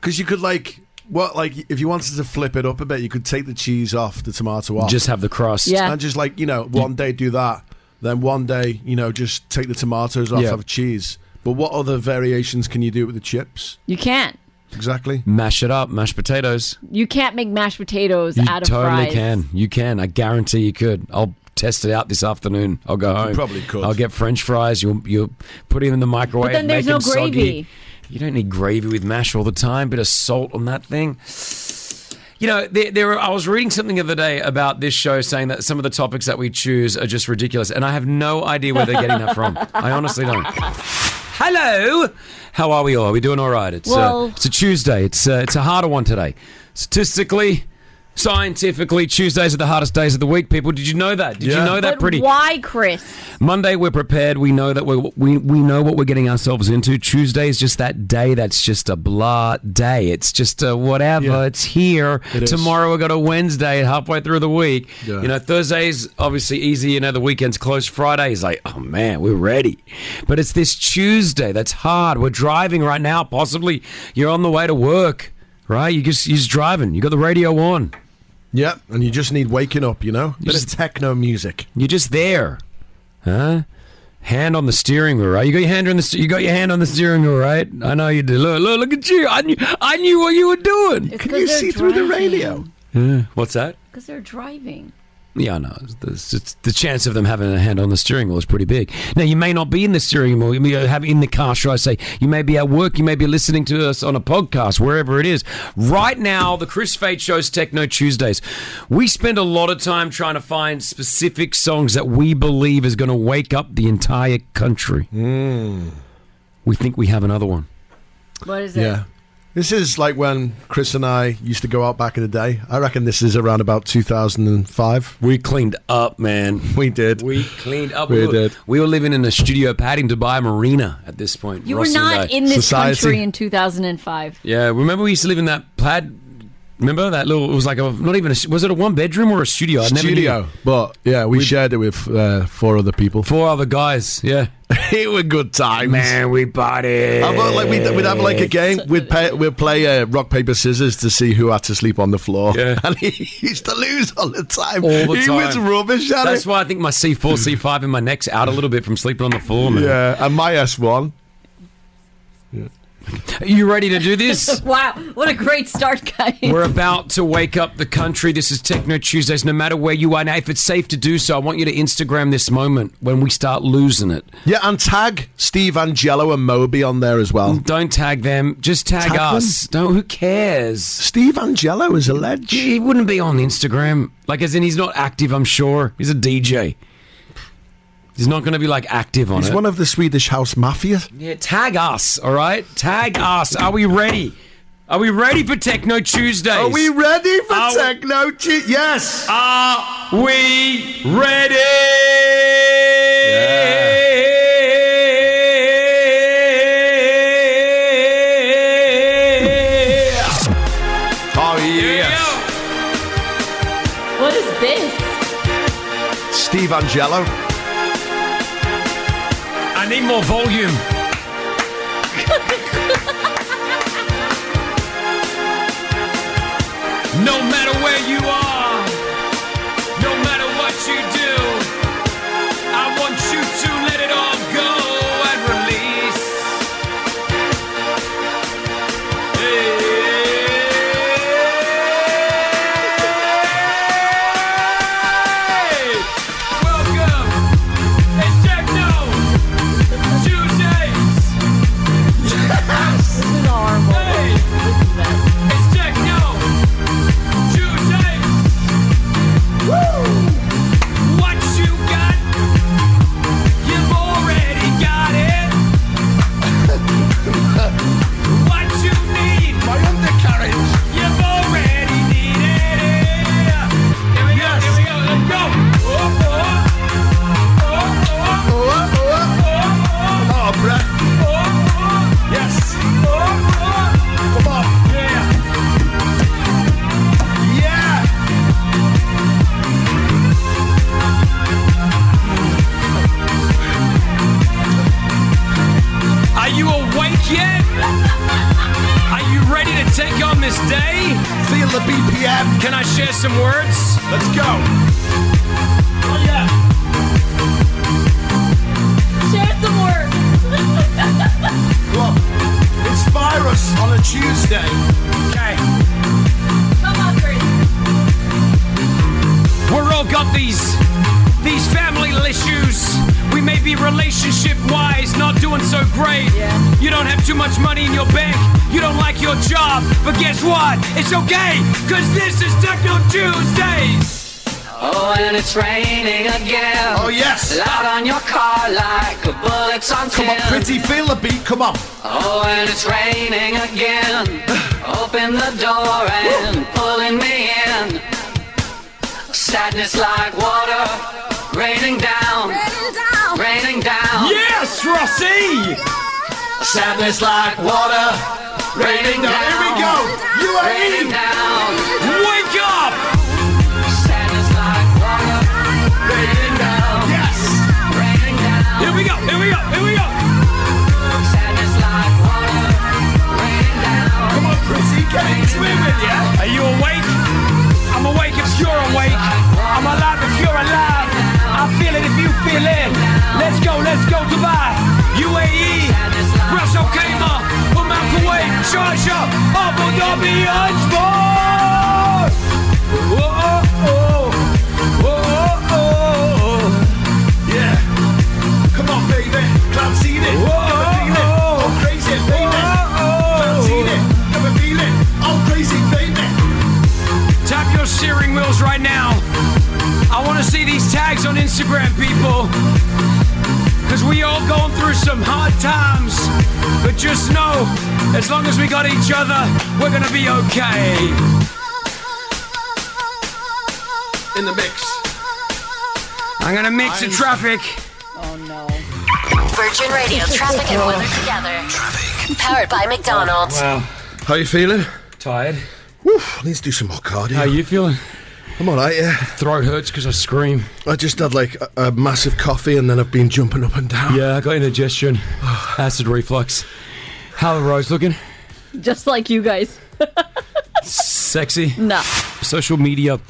Because you could like what like if you wanted to flip it up a bit, you could take the cheese off, the tomato off,
Just have the crust.
yeah,
Yeah.
and just like you know, one day do that, then one day you know just take the tomatoes off,
Yeah.
have cheese. But what other variations can you do with the chips?
You can't.
Exactly.
Mash it up, mashed potatoes.
You can't make mashed potatoes
You
out of
totally
fries.
can. You can. I guarantee you could. I'll test it out this afternoon. I'll go home.
probably could.
I'll get French fries. You'll you put them in the microwave.
But then
make
there's no
them soggy.
gravy.
You don't need gravy with mash all the time. Bit of salt on that thing. You know, there, there are, I was reading something the other day about this show saying that some of the topics that we choose are just ridiculous, and I have no idea where they're getting that from.
<laughs>
I honestly don't. Hello, how are we all? Are we doing all right? It's,
Well-
uh, it's a Tuesday. It's uh, it's a harder one today. Statistically, scientifically, Tuesdays are the hardest days of the week. People, did you know that? Did you know that?
But
Pretty.
Why, Chris?
Monday we're prepared. We know that we we we know what we're getting ourselves into. Tuesday is just that day. That's just a blah day. It's just a whatever. It's here.
It is.
Tomorrow we go to Wednesday, halfway through the week.
Yeah.
You know Thursday's obviously easy. You know the weekend's close. Friday's like oh man, we're ready. But it's this Tuesday that's hard. We're driving right now. Possibly you're on the way to work. Right? You just you're just driving. You got the radio on.
Yep, and you just need waking up. You know, bit of techno music.
You're just there, huh? Hand on the steering wheel, right? You got your hand on the st- you got your hand on the steering wheel, right? I know you do. Look, look, look at you. I knew, I knew what you were doing.
It's 'cause they're driving.
Yeah. What's that?
Because they're driving.
Yeah, I know. It's, it's, the chance of them having a hand on the steering wheel is pretty big. Now, you may not be in the steering wheel. You may have in the car, should I say? You may be at work. You may be listening to us on a podcast, wherever it is. Right now, the Chris Fade Show's Techno Tuesdays. We spend a lot of time trying to find specific songs that we believe is going to wake up the entire country. We think we have another one.
What is
Yeah. This is like when Chris and I used to go out back in the day. I reckon this is around about 2005.
We cleaned up, man.
We did.
We cleaned up.
We
were,
did.
We were living in a studio pad in Dubai Marina at this point.
You
Ross
were
and
not
I.
in this country in 2005.
Yeah, remember we used to live in that plaid. Remember that little? It was like a not even a was it a one bedroom or a studio? I never knew.
Studio, but yeah, we shared it with uh, four other people.
Four other guys, yeah.
<laughs> it were good times,
man. We party.
How about, like, we'd, we'd have like a game. We'd pay, we'd play uh, rock paper scissors to see who had to sleep on the floor. Yeah. <laughs> and he used to lose all the time.
All the
he
time.
was rubbish at
That's
it.
why I think my C four C five in my neck's out a little bit from sleeping on the floor, man.
Yeah, and my S one.
Are you ready to do this?
wow, what a great start, guys. <laughs>
We're about to wake up the country. This is Techno Tuesdays. No matter where you are now, if it's safe to do so, I want you to Instagram this moment when we start losing it.
Yeah, and tag Steve Angelo and Moby on there as well.
Don't tag them. Just tag,
Tag
us. Don't. Who cares?
Steve Angelo is a legend.
He wouldn't be on Instagram. Like, as in, he's not active. I'm sure he's a DJ. He's not going to be like active on
He's
it.
one of the Swedish house mafia.
yeah, tag us. All right, tag us. Are we ready? Are we ready for Techno Tuesdays?
Are we ready for
Are we-
Techno Tuesdays? Yes.
Are we ready?
Oh yeah.
What is this?
Steve Angelo.
I need more volume. No matter where you are, no matter what you do, I want you to let it all go and release. Hey. Oh, ready? Feel the BPM. Can I share some words? Oh, Let's go.
Share some words.
Come on. Inspire us on a Tuesday.
Okay.
Come on, Chris.
We're all got these these family issues. We may be relationship wise not doing so great. You don't have too much money in your bank. You don't like your job. But guess what? It's okay, cause this is Techno Tuesdays.
Oh, and it's raining again.
Oh, yes.
Loud on your car like a bullet's on
Come on,
tin.
pretty, feel the beat. Come on.
Oh, and it's raining again. Open the door and pulling me in. Sadness like water raining down. Raining down. Raining down.
Yes, Rossi.
Sadness like water raining
uh,
down. Here we go. You are raining down.
Wake up.
Sadness like water raining down. Yes. Raining down.
Here we go. Here we go. Here we go.
Sadness like water raining down.
Come on, Chrissy, get into it with ya. Are you awake? I'm awake if you're awake. I'm alive if you're alive. I feel it if you feel it. Let's go, let's go, Dubai. E, UAE, Russell Kama, Oman Kuwait, Sharjah, Abu Dhabi, Ajman. Whoa, oh, oh. Whoa, oh, oh. Yeah. Come on, baby. Club seated. Whoa, oh, oh. Crazy, baby. Club seated. Never feel it. I'm crazy, baby. Tap your steering wheels right now. I want to see these tags on Instagram, people. Because we all going through some hard times. But just know, as long as we got each other, we're going to be okay.
In the mix.
I'm going to mix the traffic.
Virgin Radio Traffic and Weather together. Traffic. Powered by McDonald's.
How you feeling?
Tired.
Woof, needs to do some more cardio.
How you feeling?
I'm all right, yeah.
Throat hurts because I scream.
I just had like a, a massive coffee and then I've been jumping up and down.
Yeah, I got indigestion, <sighs> acid reflux. How the roads looking?
Just like you guys.
Sexy.
No.
Social media.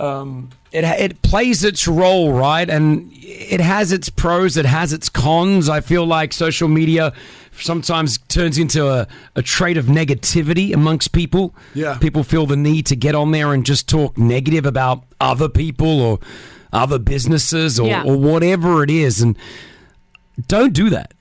Um, it it plays its role, right? And it has its pros. It has its cons. I feel like social media sometimes turns into a, a trait of negativity amongst people.
Yeah.
People feel the need to get on there and just talk negative about other people or other businesses or,
Yeah.
or whatever it is. And don't do that.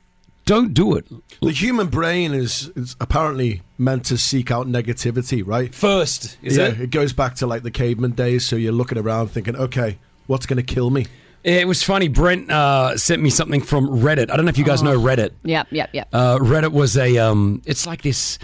Don't do it.
The human brain is, is apparently meant to seek out negativity, right?
First, is
yeah,
it?
goes back to like the caveman days. So you're looking around thinking, okay, what's going to kill me?
It was funny. Brent uh, sent me something from Reddit. I don't know if you
Oh.
guys know Reddit.
Yep, yep, yep.
Uh, Reddit was a. Um, it's like this.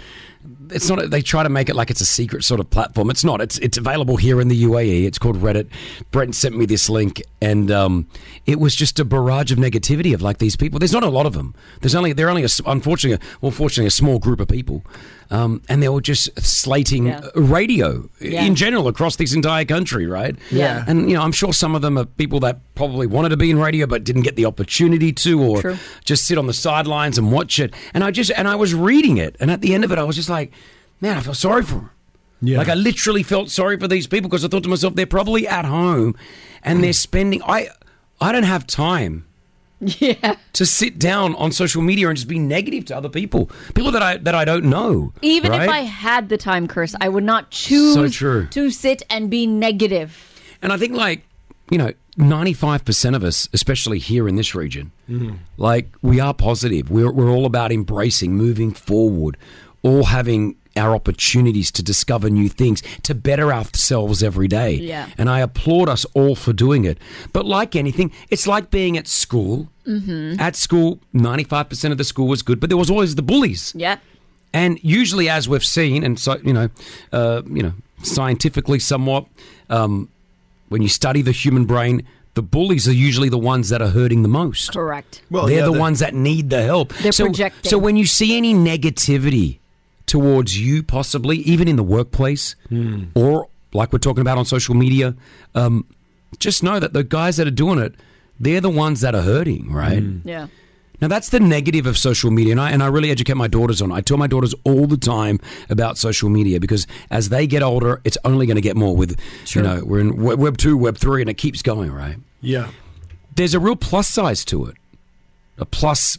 It's not. They try to make it like it's a secret sort of platform. It's not. It's it's available here in the UAE. It's called Reddit. Brent sent me this link, and um, it was just a barrage of negativity of like these people. There's not a lot of them. There's only they're only a, s- unfortunately well fortunately a small group of people, um, and they were just slating
Yeah.
radio
Yeah.
in general across this entire country, right?
Yeah.
And you know, I'm sure some of them are people that probably wanted to be in radio but didn't get the opportunity to, or
True.
just sit on the sidelines and watch it. And I just and I was reading it, and at the end of it, I was just like, man, I feel sorry for them. Yeah. Like I literally felt sorry for these people because I thought to myself, they're probably at home and they're spending. I I don't have time.
<laughs> Yeah.
To sit down on social media and just be negative to other people, people that I that I don't know.
Even if I
right?
had the time curse, I would not choose
So true.
to sit and be negative.
And I think, like, you know, 95% of us, especially here in this region, like, we are positive. We're, we're all about embracing, moving forward, all having our opportunities to discover new things, to better ourselves every day.
Yeah.
And I applaud us all for doing it. But like anything, it's like being at school.
Mm-hmm.
At school, 95% of the school was good, but there was always the bullies.
Yep.
And usually, as we've seen, and so you know, uh, you know, scientifically somewhat, um, when you study the human brain, the bullies are usually the ones that are hurting the most.
Correct.
they're the ones that need the help.
They're
so,
projecting.
so when you see any negativity towards you, possibly even in the workplace, or like we're talking about on social media, um, just know that the guys that are doing it, they're the ones that are hurting, right?
Yeah.
Now that's the negative of social media, and I and I really educate my daughters on. it. I tell my daughters all the time about social media because as they get older, it's only going to get more. With you know, we're in web, web two, web three, and it keeps going, right?
Yeah.
There's a real plus size to it, a plus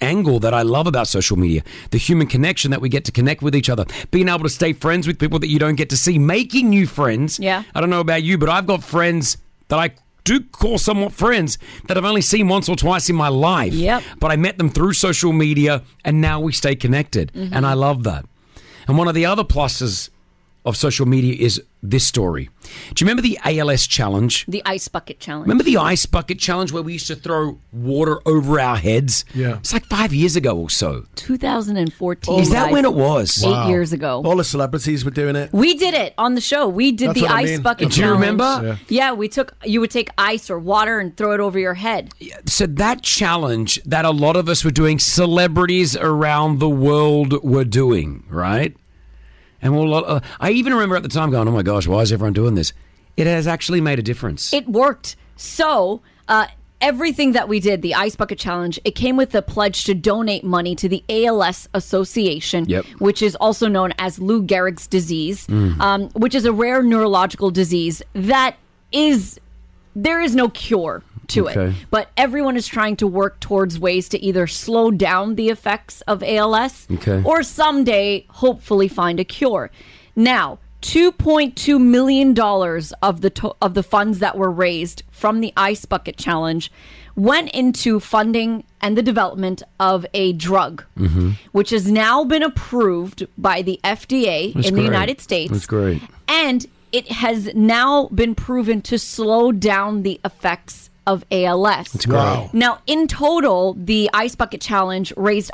angle that I love about social media the human connection that we get to connect with each other, being able to stay friends with people that you don't get to see, making new friends.
Yeah.
I don't know about you, but I've got friends that I do call somewhat friends that I've only seen once or twice in my life. Yep. But I met them through social media and now we stay connected.
Mhm.
And I love that. And one of the other pluses of social media is this story. Do you remember the ALS challenge?
The ice bucket challenge.
Remember the ice bucket challenge where we used to throw water over our heads? Yeah. It's like five years ago or so.
2014.
Is that
guys.
when it was?
Eight years ago.
All the celebrities were doing it.
We did it on the show. We did
That's
the
what I
ice
mean.
bucket.
Do you
challenge.
remember?
Yeah. we took. You would take ice or water and throw it over your head.
So that challenge that a lot of us were doing, celebrities around the world were doing, right? And well, uh, I even remember at the time going, "Oh my gosh, why is everyone doing this?" It has actually made a difference.
It worked. So, uh, everything that we did, the Ice Bucket Challenge, it came with the pledge to donate money to the ALS Association,
Yep.
which is also known as Lou Gehrig's disease,
Mm.
um, which is a rare neurological disease that is, there is no cure to it.
Okay.
But everyone is trying to work towards ways to either slow down the effects of ALS
Okay.
or someday hopefully find a cure. Now, 2.2 million dollars of the to- of the funds that were raised from the Ice Bucket Challenge went into funding and the development of a drug
Mm-hmm.
which has now been approved by the FDA in the United States
That's great.
and it has now been proven to slow down the effects of ALS.
great. Wow.
Now, in total, the Ice Bucket Challenge raised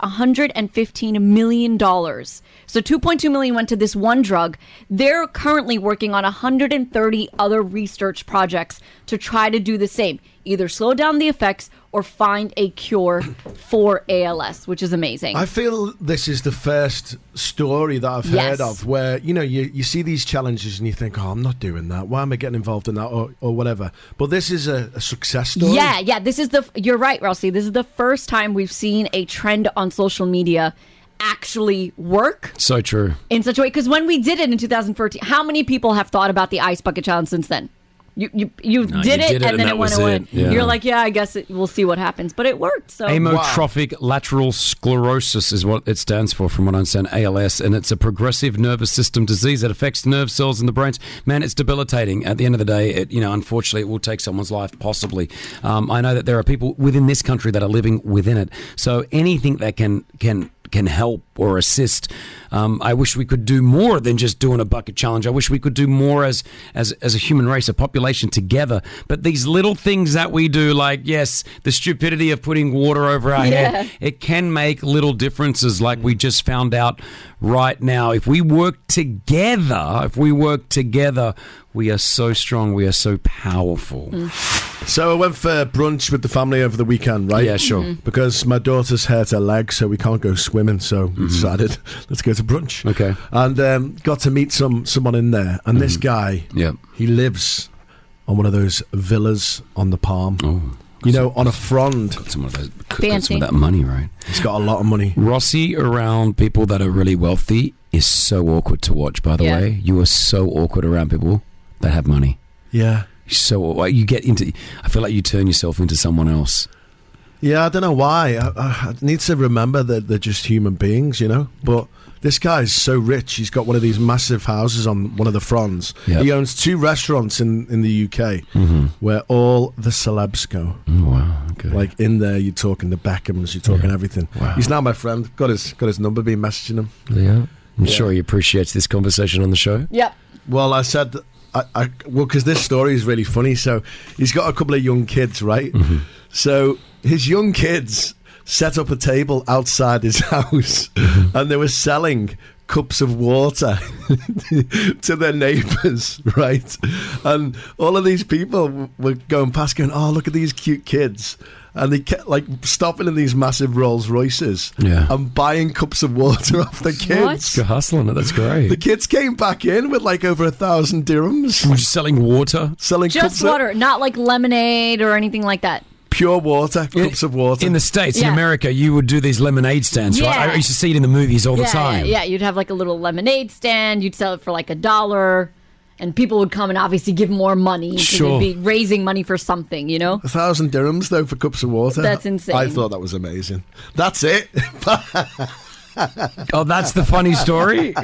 115 million dollars. So 2.2 million went to this one drug. They're currently working on 130 other research projects to try to do the same, either slow down the effects or find a
<clears throat>
cure for ALS, which is amazing.
I feel this is the first story that I've
Yes.
heard of where you know you, you see these challenges and you think, oh, I'm not doing that. Why am I getting involved in that or, or whatever? But this is a, a success story.
Yeah, yeah. This is the you're right, Rossi. This is the first time we've seen a trend on social media actually work
So true.
in such a way. Because when we did it in 2014, how many people have thought about the ice bucket challenge since then? You you you,
No,
did,
you
it,
did it,
and
and
then
that
it went
was
away.
it. Yeah.
You're like, yeah, I guess it, we'll see what happens, but it worked. So
Amyotrophic lateral sclerosis is what it stands for, from what I understand, ALS, and it's a progressive nervous system disease that affects nerve cells in the brains. Man, it's debilitating. At the end of the day, it, you know, unfortunately, it will take someone's life, possibly. Um, I know that there are people within this country that are living within it. So anything that can can can help or assist. Um, I wish we could do more than just doing a bucket challenge. I wish we could do more as as as a human race, a population together. But these little things that we do, like yes, the stupidity of putting water over our
Yeah.
head, it can make little differences. Like we just found out right now, if we work together, if we work together, we are so strong. We are so powerful.
So I went for brunch with the family over the weekend, right? Yeah,
sure.
Mm-hmm.
Mhm.
Because my daughter's hurt her leg, so we can't go swimming. So we decided <laughs> let's go to brunch. Mm-hmm. Okay. Mm-hmm. And um, got to meet some someone in there, and this guy,
yeah,
he lives on one of those villas on the Palm. You know, on a frond. Got
some of those.
got some of Fancy. that
money, right?
He's got a lot of money.
Rossi around people that are really wealthy is so awkward to watch. By the
Yeah.
way, you are so awkward around people that have money.
Yeah.
You're so aw- you get into. I feel like you turn yourself into someone else.
Yeah, I don't know why. I, I I need to remember that they're just human beings, you know. But this guy's so rich. He's got one of these massive houses on one of the fronds.
Yeah.
He owns two restaurants in, in the UK
Mhm.
where all the celebs go.
Oh, wow. Okay.
Like in there, you're talking the Beckhams, you're talking everything. He's now my friend. Got his got his number. Been messaging him.
Yeah, I'm
Yeah.
sure he appreciates this conversation on the show.
Yep.
Well, I said, I, I well, because this story is really funny. So he's got a couple of young kids, right? So his young kids set up a table outside his <laughs> house, and they were selling cups of water <laughs> to their neighbors, <laughs> right? And all of these people were going past, going, "Oh, look at these cute kids." And they kept like stopping in these massive Rolls Royces
Yeah.
and buying cups of water <laughs> off the kids.
You're hustling it. That's <laughs> great.
The kids came back in with like over a thousand dirhams.
selling water?
Selling
just
cups of-
water, not like lemonade or anything like that.
pure water, cups of water.
In the States, in
Yeah.
America, you would do these lemonade stands, right?
Yeah.
I used to see it in the movies all
yeah,
the time.
Yeah, yeah, you'd have like a little lemonade stand. You'd sell it for like a dollar, and people would come and obviously give more money because
Sure.
you'd be raising money for something, you know.
A thousand dirhams though for cups of water.
That's insane.
I thought that was amazing. That's it. <laughs>
oh, that's the
<laughs>
funny story. <laughs>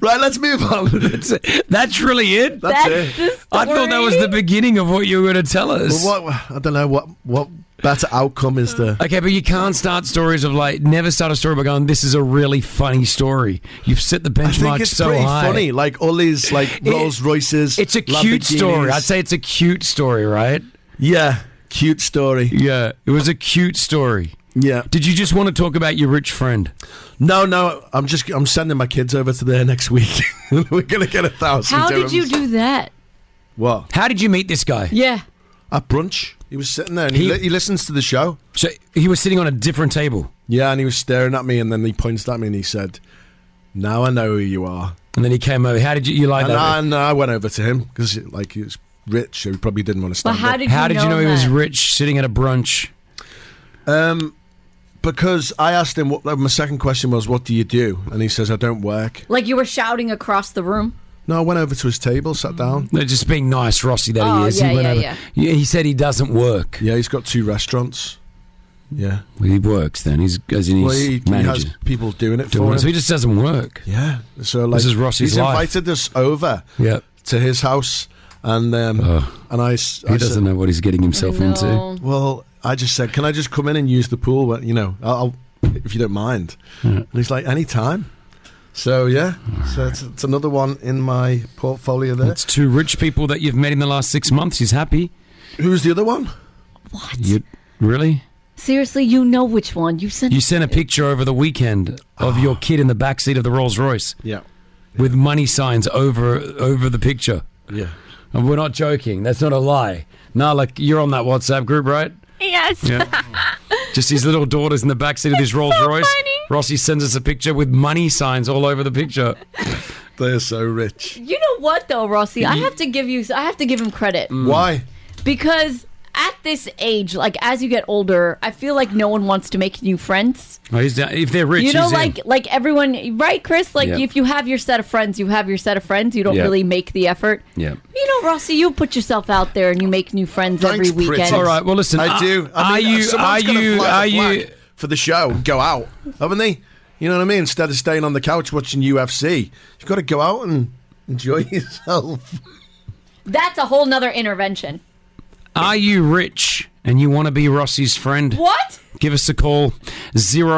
right, let's move on. <laughs>
that's, that's really it.
That's That's it. the
<laughs> I thought that was
story?
the beginning of what you were going to tell us.
well, what, I don't know what what better outcome is there.
Okay, but you can't start stories of like never start a story by going, "This is a really funny story." You've set the
I
benchmark
think it's
so
pretty
high.
funny. Like all these like
It-
Rolls Royces.
It's a cute story. I'd
Lamborghinis.
say it's a cute story, right?
Yeah, cute story.
Yeah, it was a cute story.
Yeah.
Did you just want to talk about your rich friend?
No, no. I'm just I'm sending my kids over to there next week. <laughs> We're gonna get a thousand.
How did you
dirhams.
do that?
What?
How did you meet this guy?
Yeah.
At brunch. He was sitting there and he,
He-
li- he listens to the show.
So he was sitting on a different table.
Yeah, and he was staring at me and then he pointed at me and he said, Now I know who you are.
And then he came over. How did you, you like
and
that?
I, and I went over to him because like he was rich, so he probably didn't want to stand
how
up.
did you How did you know know
he was that?
rich
sitting at a brunch?
Um, because I asked him what uh, my second question was, what do you do? And he says, I don't work.
Like you were shouting across the room.
No, I went over to his table, sat down.
No, just being nice, Rossi. That
Oh,
he is.
yeah,
he
yeah,
over-
yeah.
He said he doesn't work.
Yeah, he's got two restaurants. Yeah,
he works. Then he's as in
Well,
he's
he, he
manager.
has people doing
Doing
it for
it,
him.
so he just doesn't work.
Yeah. So like
This is Rossi's
he's
life.
invited us over.
Yeah.
To his house, and um, and I. s-
Uh, He
I
doesn't
said-
know what he's getting himself into.
Well, I just said, can I just come in and use the pool? Well, you know, I'll, I'll if you don't mind. And he's like, any time. So yeah, so it's, it's another one in my portfolio there.
That's two rich people that you've met in the last six months. He's happy.
Who's the other one?
What? You, really?
Seriously, you know which one you sent.
You sent a picture over the weekend of your kid in the back seat of the Rolls Royce.
Yeah.
With money signs over over the picture.
Yeah.
And we're not joking. That's not a lie. Nah, like you're on that WhatsApp group, right?
Yes.
Yeah. Just his little daughter's in the backseat of this Rolls Royce. Rossi sends us a picture with money signs all over the picture.
They're so rich.
You know what though, Rossi? I
You-
have to give you. I have to give him credit.
Mm. Hmm.
Why?
Because at this age, like as you get older, I feel like no one wants to make new friends.
Oh, he's down. If they're rich,
you know,
he's in.
like like everyone, right, Chris? Like
Yeah.
if you have your set of friends, you have your set of friends. You don't
Yeah.
really make the effort.
Yeah.
You know, Rossi, you put yourself out there and you make new friends every weekend.
All right, well, listen,
I
uh,
do. I
are
mean,
you-
someone's
are
gotta
you-
fly the
are you-
flag for the show? and Go out, haven't they? You know what I mean? Instead of staying on the couch watching UFC, you've got to go out and enjoy <laughs> yourself.
That's a whole nother intervention.
Are you rich and you want to be Rossi's friend?
What?
Give us a call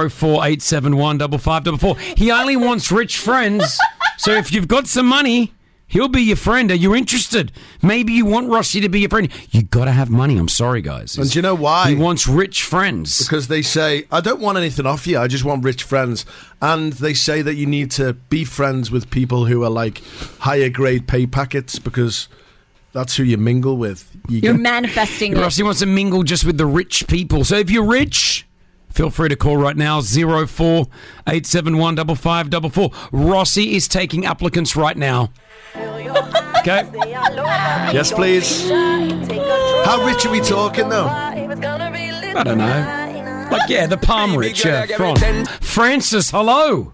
04871 5544. He only wants rich friends. So if you've got some money, he'll be your friend. Are you interested? Maybe you want Rossi to be your friend. You got to have money. I'm sorry, guys.
And do you know why?
He wants rich friends.
Because they say, I don't want anything off you. I just want rich friends. And they say that you need to be friends with people who are like higher grade pay packets because that's who you mingle with. You
You're
get-
<laughs>
manifesting. it.
Rossi wants to mingle just with the rich people. So if you're rich, feel free to call right now 04871 Rossi is taking applicants right now. Okay.
Yes, please. How rich are we talking though?
I don't know. Like, yeah, the palm rich. Yeah, come on. Francis, hello.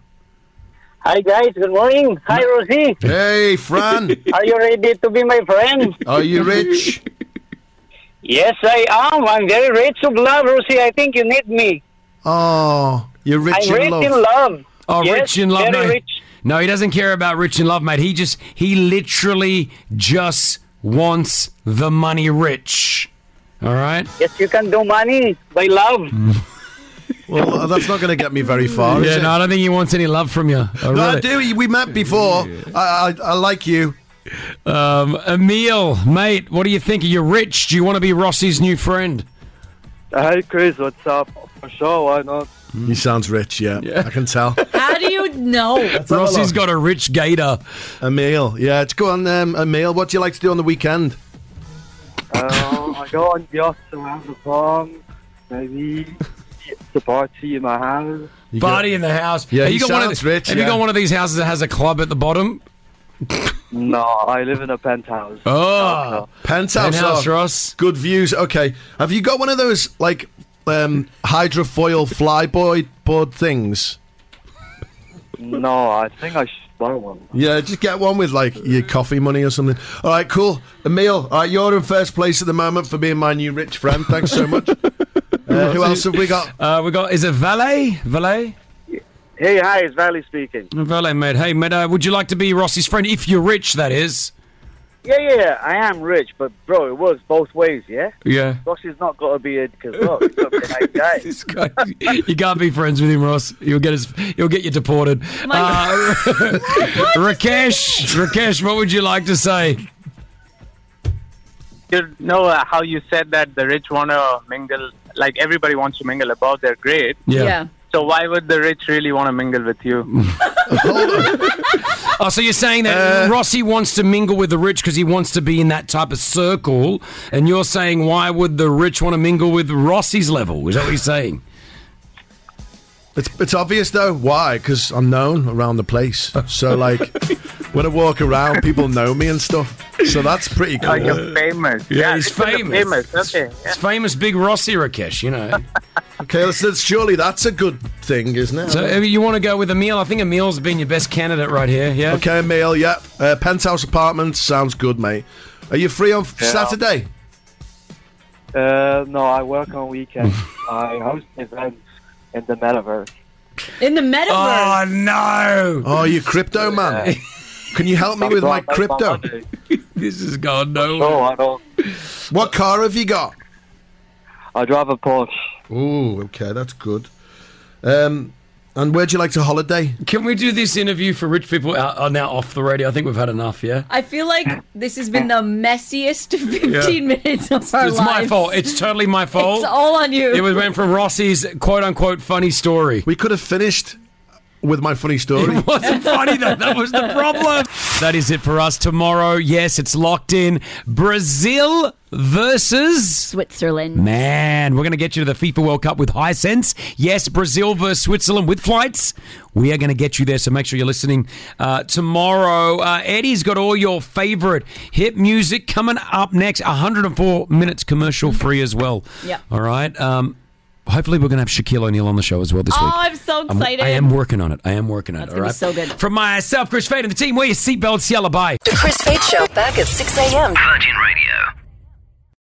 Hi guys, good morning. Hi Rosie.
Hey Fran.
Are you ready to be my
<laughs>
friend?
Are you rich?
Yes, I am. I'm very rich of love, Rosie. I think you need me.
Oh, you're rich
I'm
in
rich
love.
in love.
Oh,
Yes,
rich in love.
very
no,
rich.
no, he doesn't care about rich in love, mate. He just, he literally just wants the money rich. All right?
Yes, you can do money by love.
Well, that's not going to get me very far. is
Yeah,
it?
no, I don't think he wants any love from you.
No, I do. We met before. I, I, I like you.
Um, Emil, mate, what do you think? Are you rich? Do you want to be Rossi's new friend?
Hey, Chris, what's up? For sure, why not?
He sounds rich, yeah. I can tell.
How do you know?
Rossi's got a rich gator.
A meal, yeah. Let's go on um, a meal. What do you like to do on the weekend?
Uh, I go on yachts around the farm, maybe it's a party in my house.
Party in the house.
Yeah,
Have
he
got one of
sounds
the-
rich,
Have you
yeah.
got one of these houses that has a club at the bottom?
No, I live in a penthouse.
Oh, penthouse,
Penthouse,
oh, Good views. Okay, have you got one of those like um, hydrofoil flyboard board things?
No, I think I should buy one.
Yeah, just get one with like your coffee money or something. All right, cool. Emil, all right, you're in first place at the moment for being my new rich friend. Thanks so much. Uh, who else have we got?
Uh, we got is it Valet? Valet?
Hey, hi, it's Valley speaking.
Valet, mate. Hey, mate. Uh, would you like to be Rossi's friend if you're rich? That is.
Yeah, yeah, yeah, I am rich, but bro, it works both ways, yeah?
<laughs> Yeah.
Rossi's not got to be a because look, he's not a nice guy.
you can't be friends with him, Ross. You'll get his. You'll get you deported. Uh, <laughs> Rakesh, Rakesh, what would you like to say?
you know uh, how you said that the rich want to mingle, like everybody wants to mingle above their grade.
Yeah. Yeah.
So why would the rich really want to mingle with you?
Oh, so you're saying that Rossi wants to mingle with the rich because he wants to be in that type of circle, and you're saying why would the rich want to mingle with Rossi's level? Is that what you're saying?
It's, it's obvious though. Why? Because I'm known around the place. So like, when I walk around, people know me and stuff. So that's pretty cool.
Like you're famous.
Yeah, he's
it's like you're
famous.
famous. Okay.
It's famous, big Rossi Rakesh. You <laughs> know.
okay, that's, that's- surely that's a good thing, isn't it?
So uh, you want to go with Emil? I think Emil's been your best candidate right here. Yeah.
Okay, Emil. Yeah. Uh, penthouse apartment sounds good, mate. Are you free on f
Yeah.
Saturday?
Uh, no, I work on weekends. I host events in the metaverse.
In the
Ah,
metaverse.
Oh, no!
Oh, you crypto man. Can you help me
I'm
with
gonna
my
make my
crypto?
money.
this has gone nowhere.
No, I don't.
What car have you got?
I drive a Porsche.
Ooh, okay, that's good. Um, and where'd you like to holiday?
Can we do this interview for rich people are, are now off the radio? I think we've had enough. Yeah.
I feel like this has been the messiest <laughs> 15 minutes of our
it's my
lives.
fault. It's totally my fault.
It's all on you.
It was went from Rossi's quote unquote funny story. <laughs>
We could have finished with my funny story.
It wasn't funny though. That was the problem. that is it for us tomorrow. Yes, it's locked in. Brazil versus
Switzerland.
Man, we're going to get you to the FIFA World Cup with high sense. Yes, Brazil versus Switzerland with flights. We are going to get you there, so make sure you're listening uh, tomorrow. Uh, Eddie's got all your favorite hip music coming up next. 104 minutes commercial free as well.
Yeah.
All right. Um, hopefully, we're going to have Shaquille O'Neal on the show as well this
Oh,
week.
I'm so
I'm-
excited.
I am working on it. I am working on it. All right.
It's gonna be so good.
From myself, Chris Fade, and the team, wear your seatbelts. Yellow bye.
The Chris Fade Show back at 6 a.m. Virgin Radio.